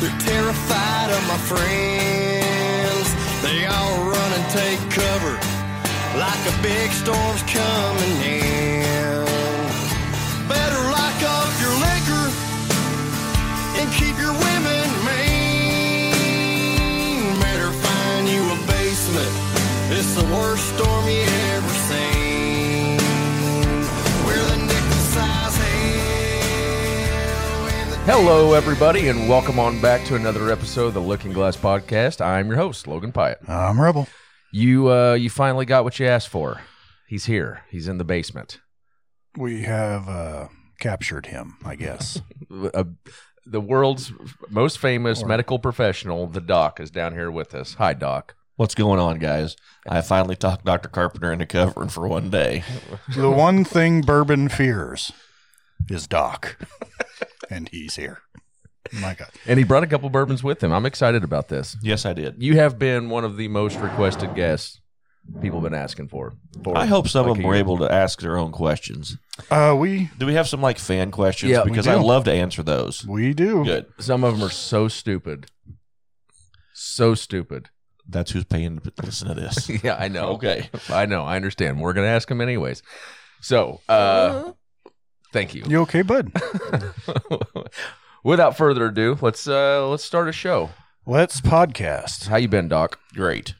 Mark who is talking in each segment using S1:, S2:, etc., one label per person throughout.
S1: They're terrified of my friends. They all run and take cover like a big storm's coming in. Better lock up your liquor and keep your women mean. Better find you a basement. It's the worst storm you ever seen. We're the nickel size hell and the
S2: Hello, everybody, and welcome on back to another episode of the Looking Glass Podcast. I'm your host, Logan Pyatt.
S3: I'm Rebel.
S2: You, uh, you finally got what you asked for. He's here. He's in the basement.
S3: We have uh, captured him, I guess.
S2: Uh, the world's most famous medical professional, the doc, is down here with us. Hi, doc.
S4: What's going on, guys? I finally talked Dr. Carpenter into covering for one day.
S3: the one thing Bourbon fears is Doc, and he's here. My God,
S2: And he brought a couple bourbons with him. I'm excited about this.
S4: Yes, I did.
S2: You have been one of the most requested guests people have been asking for. for
S4: I hope some
S2: like
S4: of
S2: a
S4: them were
S2: year.
S4: able to ask their own questions.
S3: uh, we
S4: Do we have some like fan questions?
S2: Yeah, we
S4: because I
S3: do.
S4: love to answer those.
S3: we do.
S4: Good.
S2: Some of them are so stupid. So stupid.
S4: That's who's paying to listen to this.
S2: Yeah, I know.
S4: Okay.
S2: I know. I understand. We're going to ask them anyways. So, uh,
S4: Uh-huh.
S2: thank you.
S3: You okay, bud?
S2: Without further ado, let's uh let's start a show.
S3: Let's podcast.
S2: How you been, Doc?
S4: Great.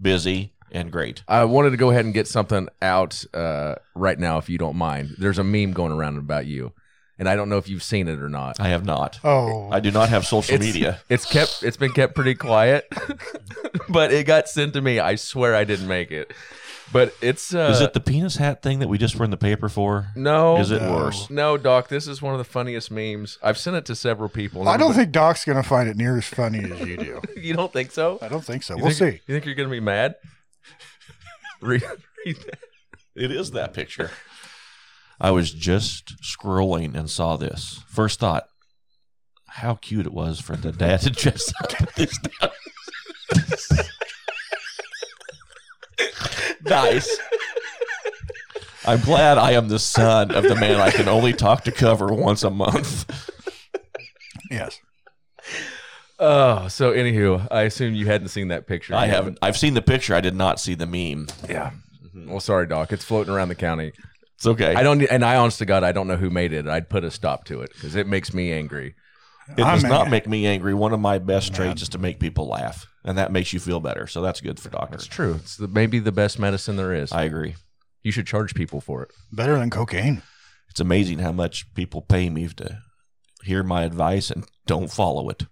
S4: Busy and great.
S2: I wanted to go ahead and get something out uh, right now, if you don't mind. There's a meme going around about you, and I don't know if you've seen it or not.
S4: I have not.
S3: Oh,
S4: I do not have social
S2: It's-
S4: media.
S2: It's kept. It's been kept pretty quiet, but it got sent to me. I swear I didn't make it, but it's. Uh,
S4: Is it the penis hat thing that we just were in the paper for?
S2: no?
S4: Is it
S3: No.
S4: worse?
S2: No, Doc. This is one of the funniest memes. I've sent it to several people.
S3: I don't think Doc's gonna find it near as funny as you do.
S2: you don't think so.
S3: I don't think so.
S2: You
S3: Uh, We'll
S2: think-
S3: see.
S2: You think you're gonna be mad? read, read that.
S4: It is that picture. I was just scrolling and saw this. First thought, how cute it was for the dad to dress up at this time. nice. I'm glad I am the son of the man I can only talk to cover once a month.
S3: Yes.
S2: Oh, so anywho, I assume you hadn't seen that picture.
S4: I
S2: You
S4: haven't. I've seen the picture. I did not see the meme.
S3: Yeah.
S2: Well, sorry, Doc. It's floating around the county.
S4: It's okay.
S2: I don't, and I, honest to God, I don't know who made it. I'd put a stop to it because it makes me angry.
S4: it does
S3: I'm
S4: not
S3: mad.
S4: make me angry. One of my best traits is to make people laugh, and that makes you feel better. So that's good for doctors.
S2: It's true. It's the, maybe the best medicine there is.
S4: I agree.
S2: you should charge people for it.
S3: Better than cocaine.
S4: it's amazing how much people pay me to hear my advice and don't follow it.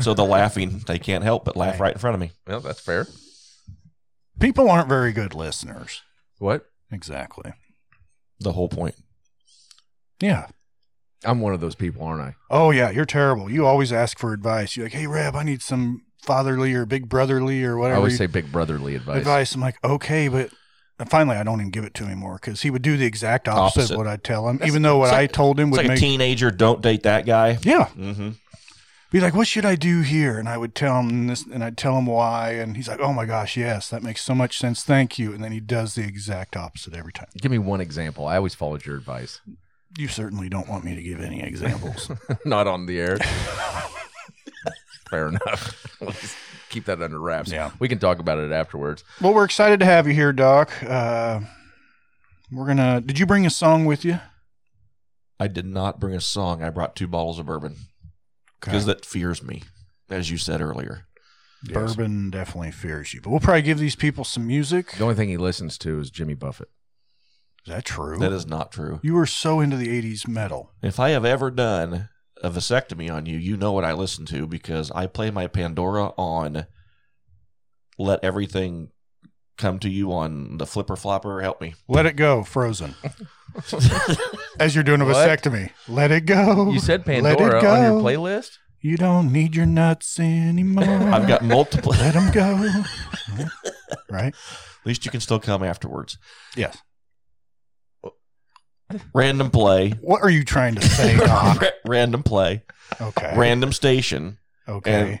S4: so the laughing, they can't help but laugh right in front of me.
S2: Well, that's fair.
S3: People aren't very good listeners.
S2: What?
S3: Exactly.
S4: The whole point.
S3: Yeah.
S2: I'm one of those people, aren't I?
S3: Oh yeah, you're terrible. You always ask for advice. You're like, hey Reb, I need some fatherly or big brotherly or
S2: I
S3: whatever.
S2: always
S3: you-
S2: say big brotherly advice.
S3: advice. I'm like, okay, but and finally, I don't even give it to him anymore because he would do the exact opposite,
S4: Opposite.
S3: of what I tell him, even though what
S4: it's like-
S3: I told him
S4: It's
S3: would
S4: like
S3: make.
S4: a teenager, don't date that guy.
S3: Yeah,
S4: Mm-hmm.
S3: be like, what should I do here? And I would tell him this, and I'd tell him why, and he's like, oh my gosh, yes, that makes so much sense. Thank you. And then he does the exact opposite every time.
S2: Give me one example. I always followed your advice.
S3: You certainly don't want me to give any examples.
S2: Not on the air. fair enough. Let's keep that under wraps.
S3: Yeah.
S2: We can talk about it afterwards.
S3: well, we're excited to have you here, Doc. Uh, we're gonna. Did you bring a song with you?
S4: I did not bring a song. I brought two bottles of bourbon because that fears me, as you said earlier.
S3: Bourbon definitely fears you, but we'll probably give these people some music.
S2: The only thing he listens to is Jimmy Buffett.
S3: Is that true?
S4: That is not true.
S3: you were so into the '80s metal.
S4: If I have ever done a vasectomy on you, you know what I listen to because I play my Pandora on Let Everything Come to You on the Flipper Flopper. Help me.
S3: Let it go, Frozen. As you're doing a
S2: What?
S3: vasectomy, let it go.
S2: You said
S3: Let it
S2: Pandora on your
S3: go.
S2: playlist?
S3: You don't need your nuts anymore.
S4: I've got multiple.
S3: Let them go. right?
S4: At least you can still come afterwards.
S3: Yes.
S4: Random play.
S3: What are you trying to say, Doc?
S4: Ra- Random play.
S3: Okay.
S4: Random station.
S3: okay.
S4: and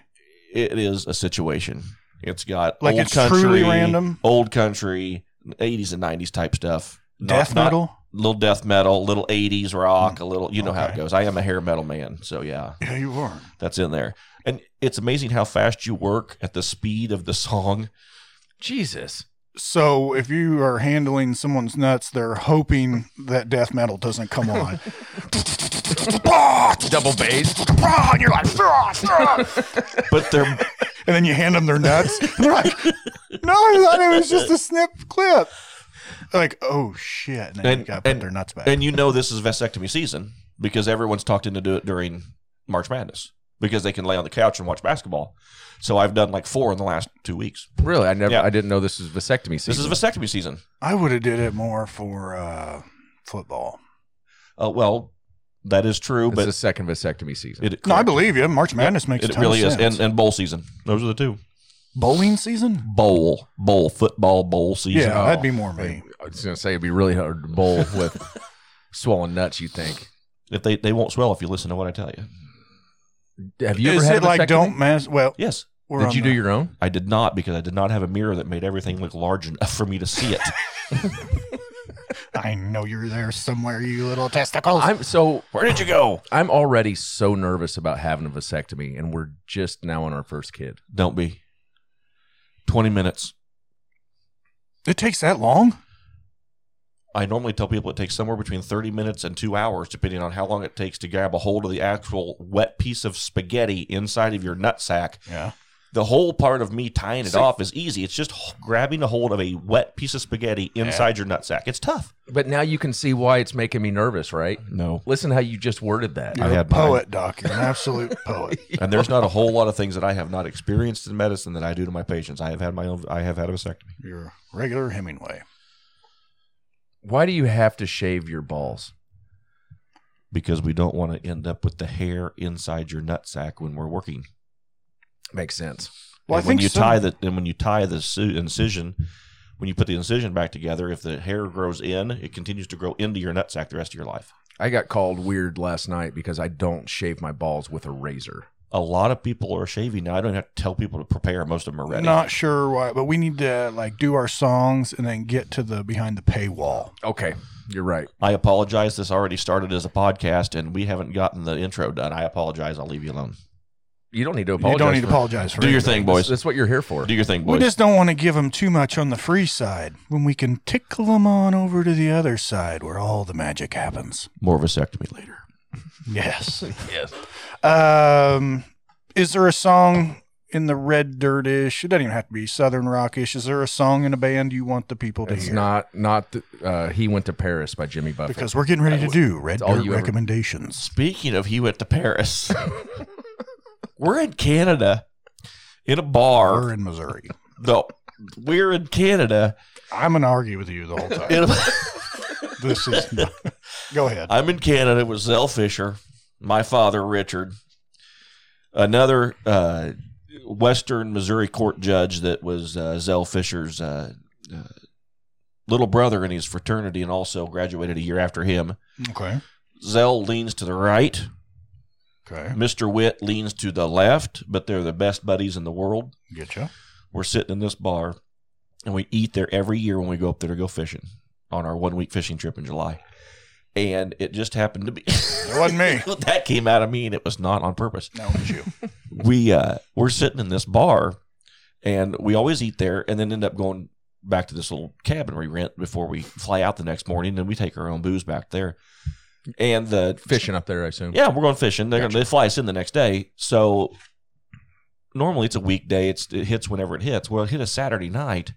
S4: It is a situation. It's got
S3: Like
S4: old
S3: it's
S4: country,
S3: truly random?
S4: old country, eighties and nineties type stuff. Not-
S3: Death
S4: not-
S3: metal? Mm.
S4: little death metal, little eighties rock, a little. You know how it
S3: Okay.
S4: goes. I am a hair metal man, so yeah,
S3: yeah, you are.
S4: that's in there. And it's amazing how fast you work at the speed of the song.
S2: Jesus.
S3: So if you are handling someone's nuts, they're hoping that death metal doesn't come on.
S2: Double bass.
S3: and you're like, "Ah, ah."
S4: But they're
S3: and then you hand them their nuts. And they're like, no, I thought it was just a snip clip. They're like, oh shit. And then
S4: And-
S3: you got to put
S4: and-
S3: their uh, nuts back.
S4: and you know this is vasectomy season because everyone's talked into do it during March Madness because they can lay on the couch and watch basketball. So I've done like four in the last two weeks.
S2: Really? I never.
S4: Yeah.
S2: I didn't know this was vasectomy season.
S4: This is vasectomy season.
S3: I would have did it more for uh, football.
S4: Uh, well, that is true,
S2: It's
S4: but
S2: the second vasectomy season.
S4: it,
S3: No, I believe you. March Madness makes a
S4: it
S3: ton
S4: really
S3: of
S4: is.
S3: sense.
S4: And, and bowl season. Those are the two.
S3: Bowling season?
S4: Bowl, bowl, football, bowl season.
S3: Yeah, that'd be more me.
S2: I was gonna say it'd be really hard to bowl with swollen nuts. You think?
S4: If they, they won't swell if you listen to what I tell you.
S2: Have you ever
S3: is
S2: had
S3: it like
S2: vasectomy?
S3: don't mess? Well,
S4: Yes.
S3: we're
S2: Did
S3: on
S2: you do
S3: the-
S2: your own?
S4: I did not because I did not have a mirror that made everything look large enough for me to see it.
S3: I know you're there somewhere, you little testicles.
S2: I'm so
S4: Where did you go?
S2: I'm already so nervous about having a vasectomy, and we're just now on our first kid.
S4: Don't be. 20 minutes.
S3: it takes that long?
S4: I normally tell people it takes somewhere between 30 minutes and two hours, depending on how long it takes to grab a hold of the actual wet piece of spaghetti inside of your nutsack.
S3: Yeah.
S4: The whole part of me tying it off is easy. It's just h- grabbing a hold of a wet piece of spaghetti inside your nutsack. It's tough.
S2: But now you can see why it's making me nervous, right?
S4: No.
S2: Listen how you just worded that.
S4: I
S3: You're a
S4: had mine.
S3: poet, Doc. You're an absolute poet.
S4: And there's not a whole lot of things that I have not experienced in medicine that I do to my patients. I have had my own, I have had a vasectomy.
S3: You're a regular Hemingway.
S2: Why do you have to shave your balls?
S4: because we don't want to end up with the hair inside your nutsack when we're working.
S2: Makes sense.
S3: Well,
S4: and
S3: I
S4: when
S3: think
S4: you
S3: some-
S4: tie the and when you tie the su- incision, when you put the incision back together, if the hair grows in, it continues to grow into your nutsack the rest of your life.
S2: I got called weird last night because I don't shave my balls with a razor.
S4: A lot of people are shaving now. I don't have to tell people to prepare. Most of them are ready.
S3: Not sure why, but we need to like do our songs and then get to the behind the paywall.
S2: Okay, you're right.
S4: I apologize. This already started as a podcast, and we haven't gotten the intro done. I apologize. I'll leave you alone.
S2: You don't need to
S3: You
S2: apologize.
S3: don't need to
S2: for-
S3: apologize for
S4: Do your
S3: anything.
S4: thing,
S2: That's,
S4: boys.
S2: that's what you're here for.
S4: Do your thing,
S3: We
S4: boys.
S3: just don't want to give them too much on the free side when we can tickle them on over to the other side where all the magic happens.
S4: More vasectomy later.
S3: Yes.
S2: Yes.
S3: Um, is there a song in the red dirtish? It doesn't even have to be southern rockish. Is there a song in a band you want the people to
S2: It's
S3: hear?
S2: not not the, uh, he went to Paris by Jimmy Buffett.
S3: because we're getting ready to do red
S2: It's all
S3: dirt
S2: you ever-
S3: recommendations.
S4: Speaking of he went to Paris, we're in Canada in a bar.
S3: We're in Missouri.
S4: No, we're in Canada.
S3: I'm gonna argue with you the whole time.
S4: In a,
S3: this is. Not... Go ahead.
S4: I'm in Canada with Zell Fisher, my father Richard, another uh, Western Missouri court judge that was uh, Zell Fisher's uh, uh, little brother in his fraternity and also graduated a year after him.
S3: Okay.
S4: Zell leans to the right.
S3: Okay.
S4: Mr. Witt leans to the left, but they're the best buddies in the world.
S3: Get you.
S4: we're sitting in this bar and we eat there every year when we go up there to go fishing on our one week fishing trip in July. And it just happened to be
S3: It wasn't me.
S4: that came out of me and it was not on purpose.
S3: No, it's you.
S4: We uh we're sitting in this bar and we always eat there and then end up going back to this little cabin we rent before we fly out the next morning and we take our own booze back there. And the
S2: Fishing up there, I assume.
S4: yeah, we're going fishing. They're gonna, they fly us in the next day. So normally it's a weekday. It's it hits whenever it hits. Well, it hit a Saturday night,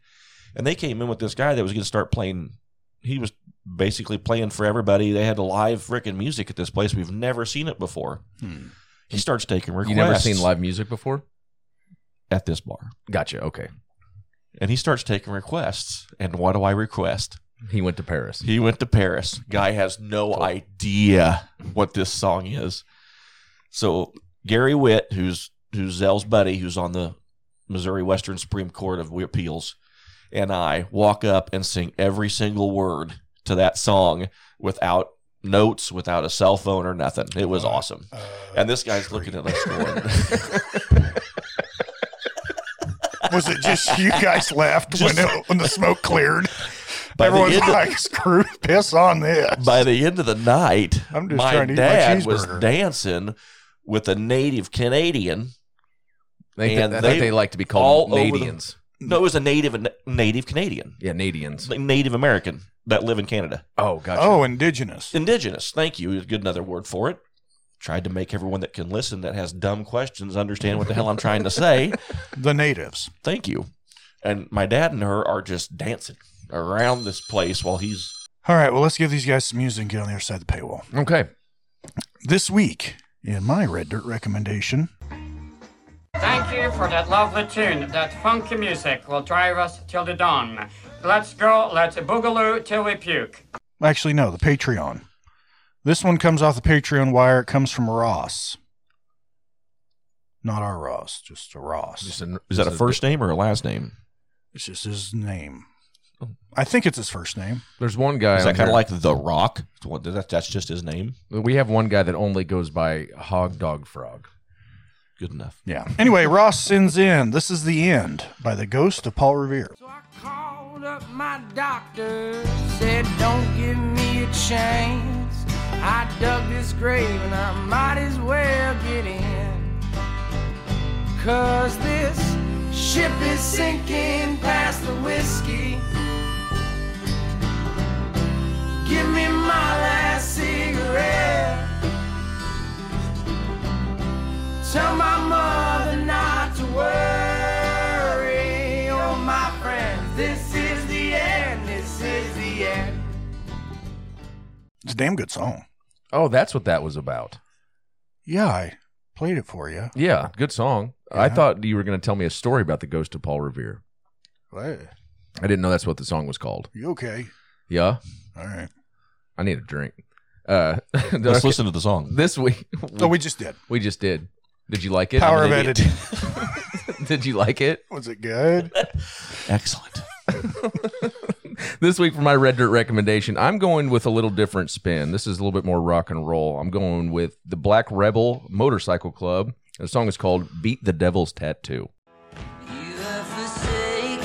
S4: and they came in with this guy that was going to start playing. He was basically playing for everybody. They had live freaking music at this place. We've never seen it before.
S3: Hmm.
S4: He starts taking requests.
S2: You never seen live music before?
S4: at this bar,
S2: Gotcha. Okay.
S4: and he starts taking requests. And what do I request?
S2: He went to Paris.
S4: He went to Paris. Guy has no idea what this song is. So Gary Witt, who's who's Zell's buddy, who's on the Missouri Western Supreme Court of Appeals, and I walk up and sing every single word to that song without notes, without a cell phone or nothing. It was awesome.
S3: Uh,
S4: And this guy's looking at us going,
S3: was it just you guys left
S4: Just-
S3: when, it, when the smoke cleared?
S4: By the
S3: Everyone's
S4: end of-
S3: like, screw piss on this.
S4: by the end of the night,
S3: I'm just
S4: my
S3: trying to eat my
S4: dad was
S3: cheeseburger.
S4: dancing with a native Canadian.
S2: They,
S4: And
S2: I
S4: they-
S2: think they like to be
S4: all
S2: called
S4: over the-
S2: Nadians.
S4: No, it was a native native Canadian,
S2: Yeah, Nadians.
S4: Native American that live in Canada.
S2: Oh, gotcha.
S3: oh, indigenous.
S4: indigenous. Thank you. is Good another word for it. Tried to make everyone that can listen that has dumb questions understand what the hell I'm trying to say.
S3: The natives.
S4: Thank you. And my dad and her are just dancing around this place while he's
S3: All right, well, let's give these guys some music and get on the other side of the paywall.
S2: Okay.
S3: This week, in my Red Dirt recommendation,
S5: Thank you for that lovely tune. That funky music will drive us till the dawn. Let's go, let's boogaloo till we puke.
S3: actually, no, the Patreon. This one comes off the Patreon wire. It comes from Ross. Not our Ross, just a Ross.
S2: Just an-
S4: is that a
S2: just
S4: first name or a last name?
S3: it's just his name.
S4: Oh.
S3: I think it's his first name.
S2: There's one guy.
S4: Is that
S2: on
S4: kind of
S2: here-
S4: like The Rock? What, that, that's just his name.
S2: we have one guy that only goes by Hog Dog Frog.
S4: Good enough.
S3: Yeah. Anyway, Ross sends in This is the End by the Ghost of Paul Revere.
S6: So I called up my doctor, said, Don't give me a chance. I dug this grave and I might as well get in. Cause this ship is sinking past the whiskey. Give me my last cigarette. Tell my mother not to worry, oh my friend. This is the end, this is the end.
S3: It's a damn good song.
S2: Oh, that's what that was about.
S3: Yeah, I played it for you.
S2: Yeah, good song. I
S3: Yeah.
S2: thought you were going to tell me a story about the ghost of Paul Revere.
S3: Hey,
S2: I didn't know that's what the song was called.
S3: you okay?
S2: Yeah,
S3: All right.
S2: I need a drink. Uh,
S4: Let's
S2: okay.
S4: listen to the song.
S2: This week,
S3: Oh, we just did.
S2: we just did. Did you like it?
S3: Power of
S4: an idiot.
S3: editing.
S2: did you like it?
S3: Was it good?
S4: Excellent.
S2: This week for my Red Dirt recommendation, I'm going with a little different spin. This is a little bit more rock and roll. I'm going with the Black Rebel Motorcycle Club. The song is called Beat the Devil's Tattoo.
S7: You have forsaken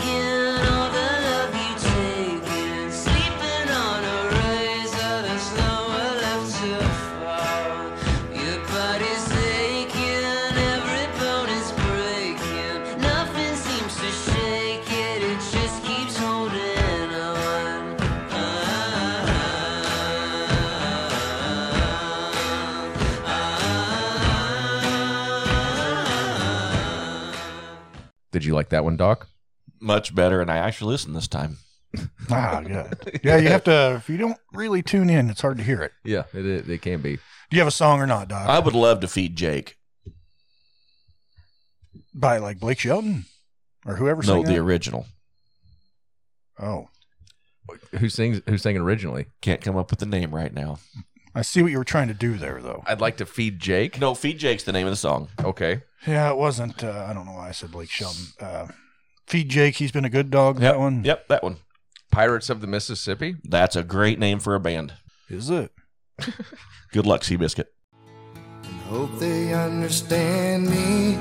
S7: all the love you taken, sleeping on a razor that's lower left to fall. Your body's aching, every bone is breaking. Nothing seems to shake it, it just keeps holding on. Ah.
S2: Did you like that one, Doc?
S4: Much better. And I actually listened this time.
S3: Ah, good. Yeah, you have to. If you don't really tune in, it's hard to hear it.
S2: Yeah, it, it, it can be.
S3: Do you have a song or not, Doc?
S4: I would love to feed Jake.
S3: By like Blake Shelton or whoever.
S4: No,
S3: sang
S4: the
S3: that?
S4: original.
S3: oh,
S2: Who sings? Who sang it originally?
S4: Can't come up with the name right now.
S3: I see what you were trying to do there, though.
S2: I'd like to feed Jake.
S4: No, feed Jake's the name of the song.
S2: Okay.
S3: Yeah, it wasn't. Uh, I don't know why I said Blake Shelton. Uh, Feed Jake. He's been a good dog. That one.
S4: Yep, that one.
S2: Pirates of the Mississippi.
S4: That's a great name for a band.
S3: Is it?
S4: Good luck, Seabiscuit.
S1: Hope they understand me.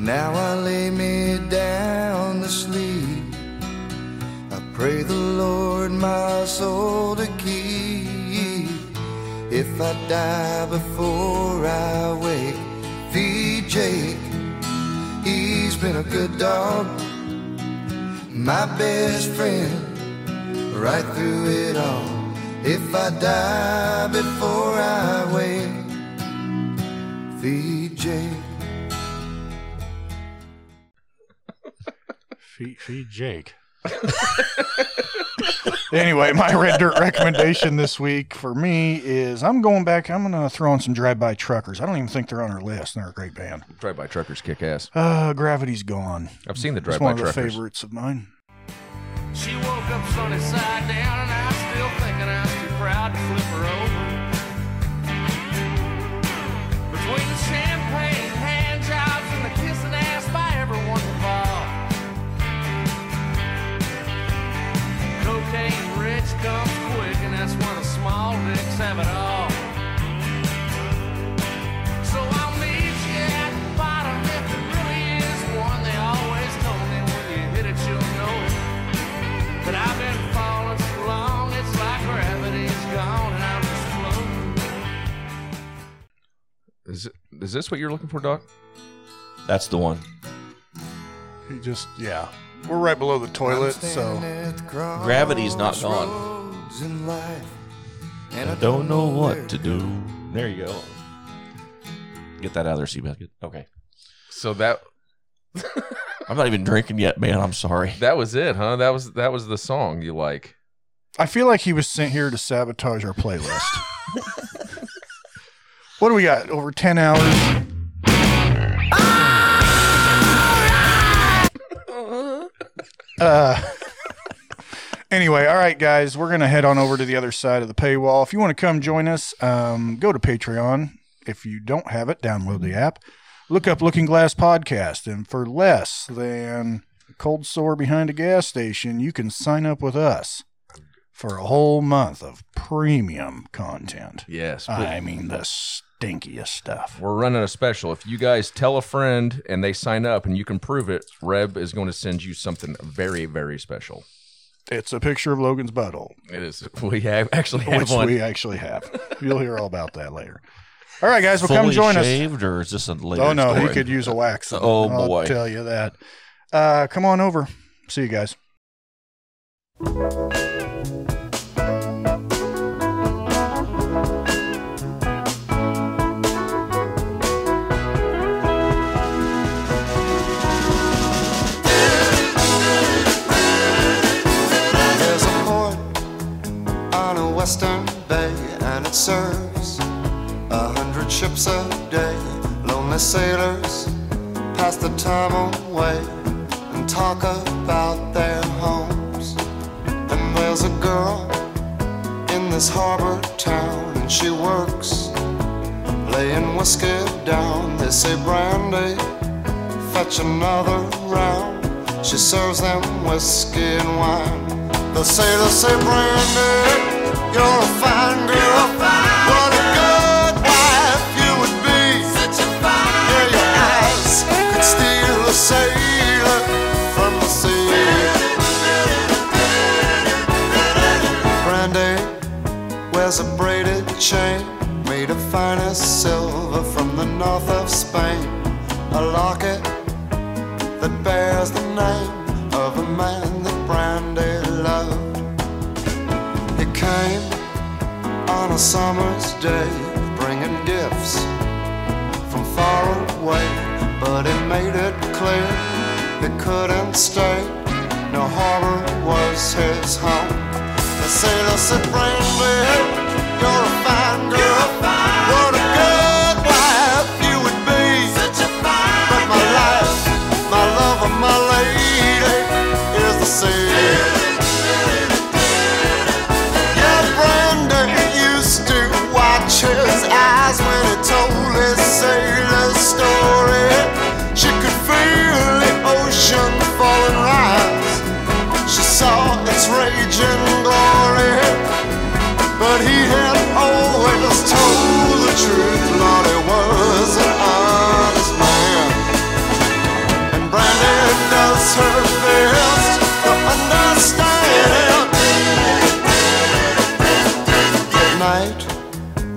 S1: Now I lay me down to sleep. I pray the Lord my soul to keep. If I die before I wake, feed Jake. He's been a good dog, my best friend right through it all. If I die before I wake, feed Jake.
S3: Feed, feed Jake. anyway, my red dirt recommendation this week for me is I'm going back. I'm going to throw in some Drive By Truckers. I don't even think they're on our list. They're a great band.
S2: Drive by truckers kick ass.
S3: Uh, Gravity's Gone.
S2: I've seen the
S3: It's
S2: drive by
S3: one of the
S2: truckers.
S3: favorites of mine.
S6: She woke up sunny side down, and I still thinking I was too proud to flip her over. But 20
S2: this what you're looking for, Doc?
S4: That's the one.
S3: He just yeah. We're right below the toilet, so
S4: Gravity's not gone.
S1: And
S4: I don't know what to do. There you go. Get that out of there, Seabiscuit. Okay.
S2: So that
S4: I'm not even drinking yet, man. I'm sorry.
S2: that was it, huh? That was that was the song you like.
S3: I feel like he was sent here to sabotage our playlist. what do we got? Over ten hours. Uh, anyway, all right, guys, we're gonna head on over to the other side of the paywall. If you want to come join us, um, go to Patreon. If you don't have it, download the app. Look up Looking Glass Podcast, and for less than a cold sore behind a gas station, you can sign up with us for a whole month of premium content.
S2: Yes.
S3: I mean, the stinkiest stuff.
S2: We're running a special. If you guys tell a friend and they sign up and you can prove it, Reb is going to send you something very, very special.
S3: It's a picture of Logan's butthole,
S2: It is. We have actually have
S3: which
S2: one.
S3: we actually have. You'll hear all about that later. All right, guys, well,
S4: Fully
S3: come join us.
S4: shaved, or is this a later
S3: Oh no, he
S4: story?
S3: could use a wax.
S4: Oh, boy.
S3: I'll tell you that. Uh, come on over. See you guys.
S1: There's a port on a western bay, and it serves a hundred ships a day. Lonely sailors pass the time away and talk about their homes. And there's a girl in this harbor town, and she works laying whiskey down. They say, Brandy, fetch another round. She serves them whiskey and wine. The sailors say, Brandy, you're a fine girl. What a good wife you would be. Yeah, your eyes could steal a sailor from the sea. Brandy wears a braided chain made of finest silver from the north of Spain. A locket that bears the name of a man that Brandy loved. He came on a summer's day, bringing gifts from far away, but he made it clear he couldn't stay. No harbor was his home. The sailor said, Brandy, you're a fine girl. What a good wife you would be. But my life, my love, and my lady is the sea. Yeah, Brandon used to watch his eyes when he told his sailor story. She could feel the ocean falling rise. She saw its raging glory. But he had always told the truth, Lord, he was an honest man. And Brandy does her best to understand it. At night,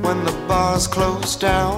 S1: when the bars close down,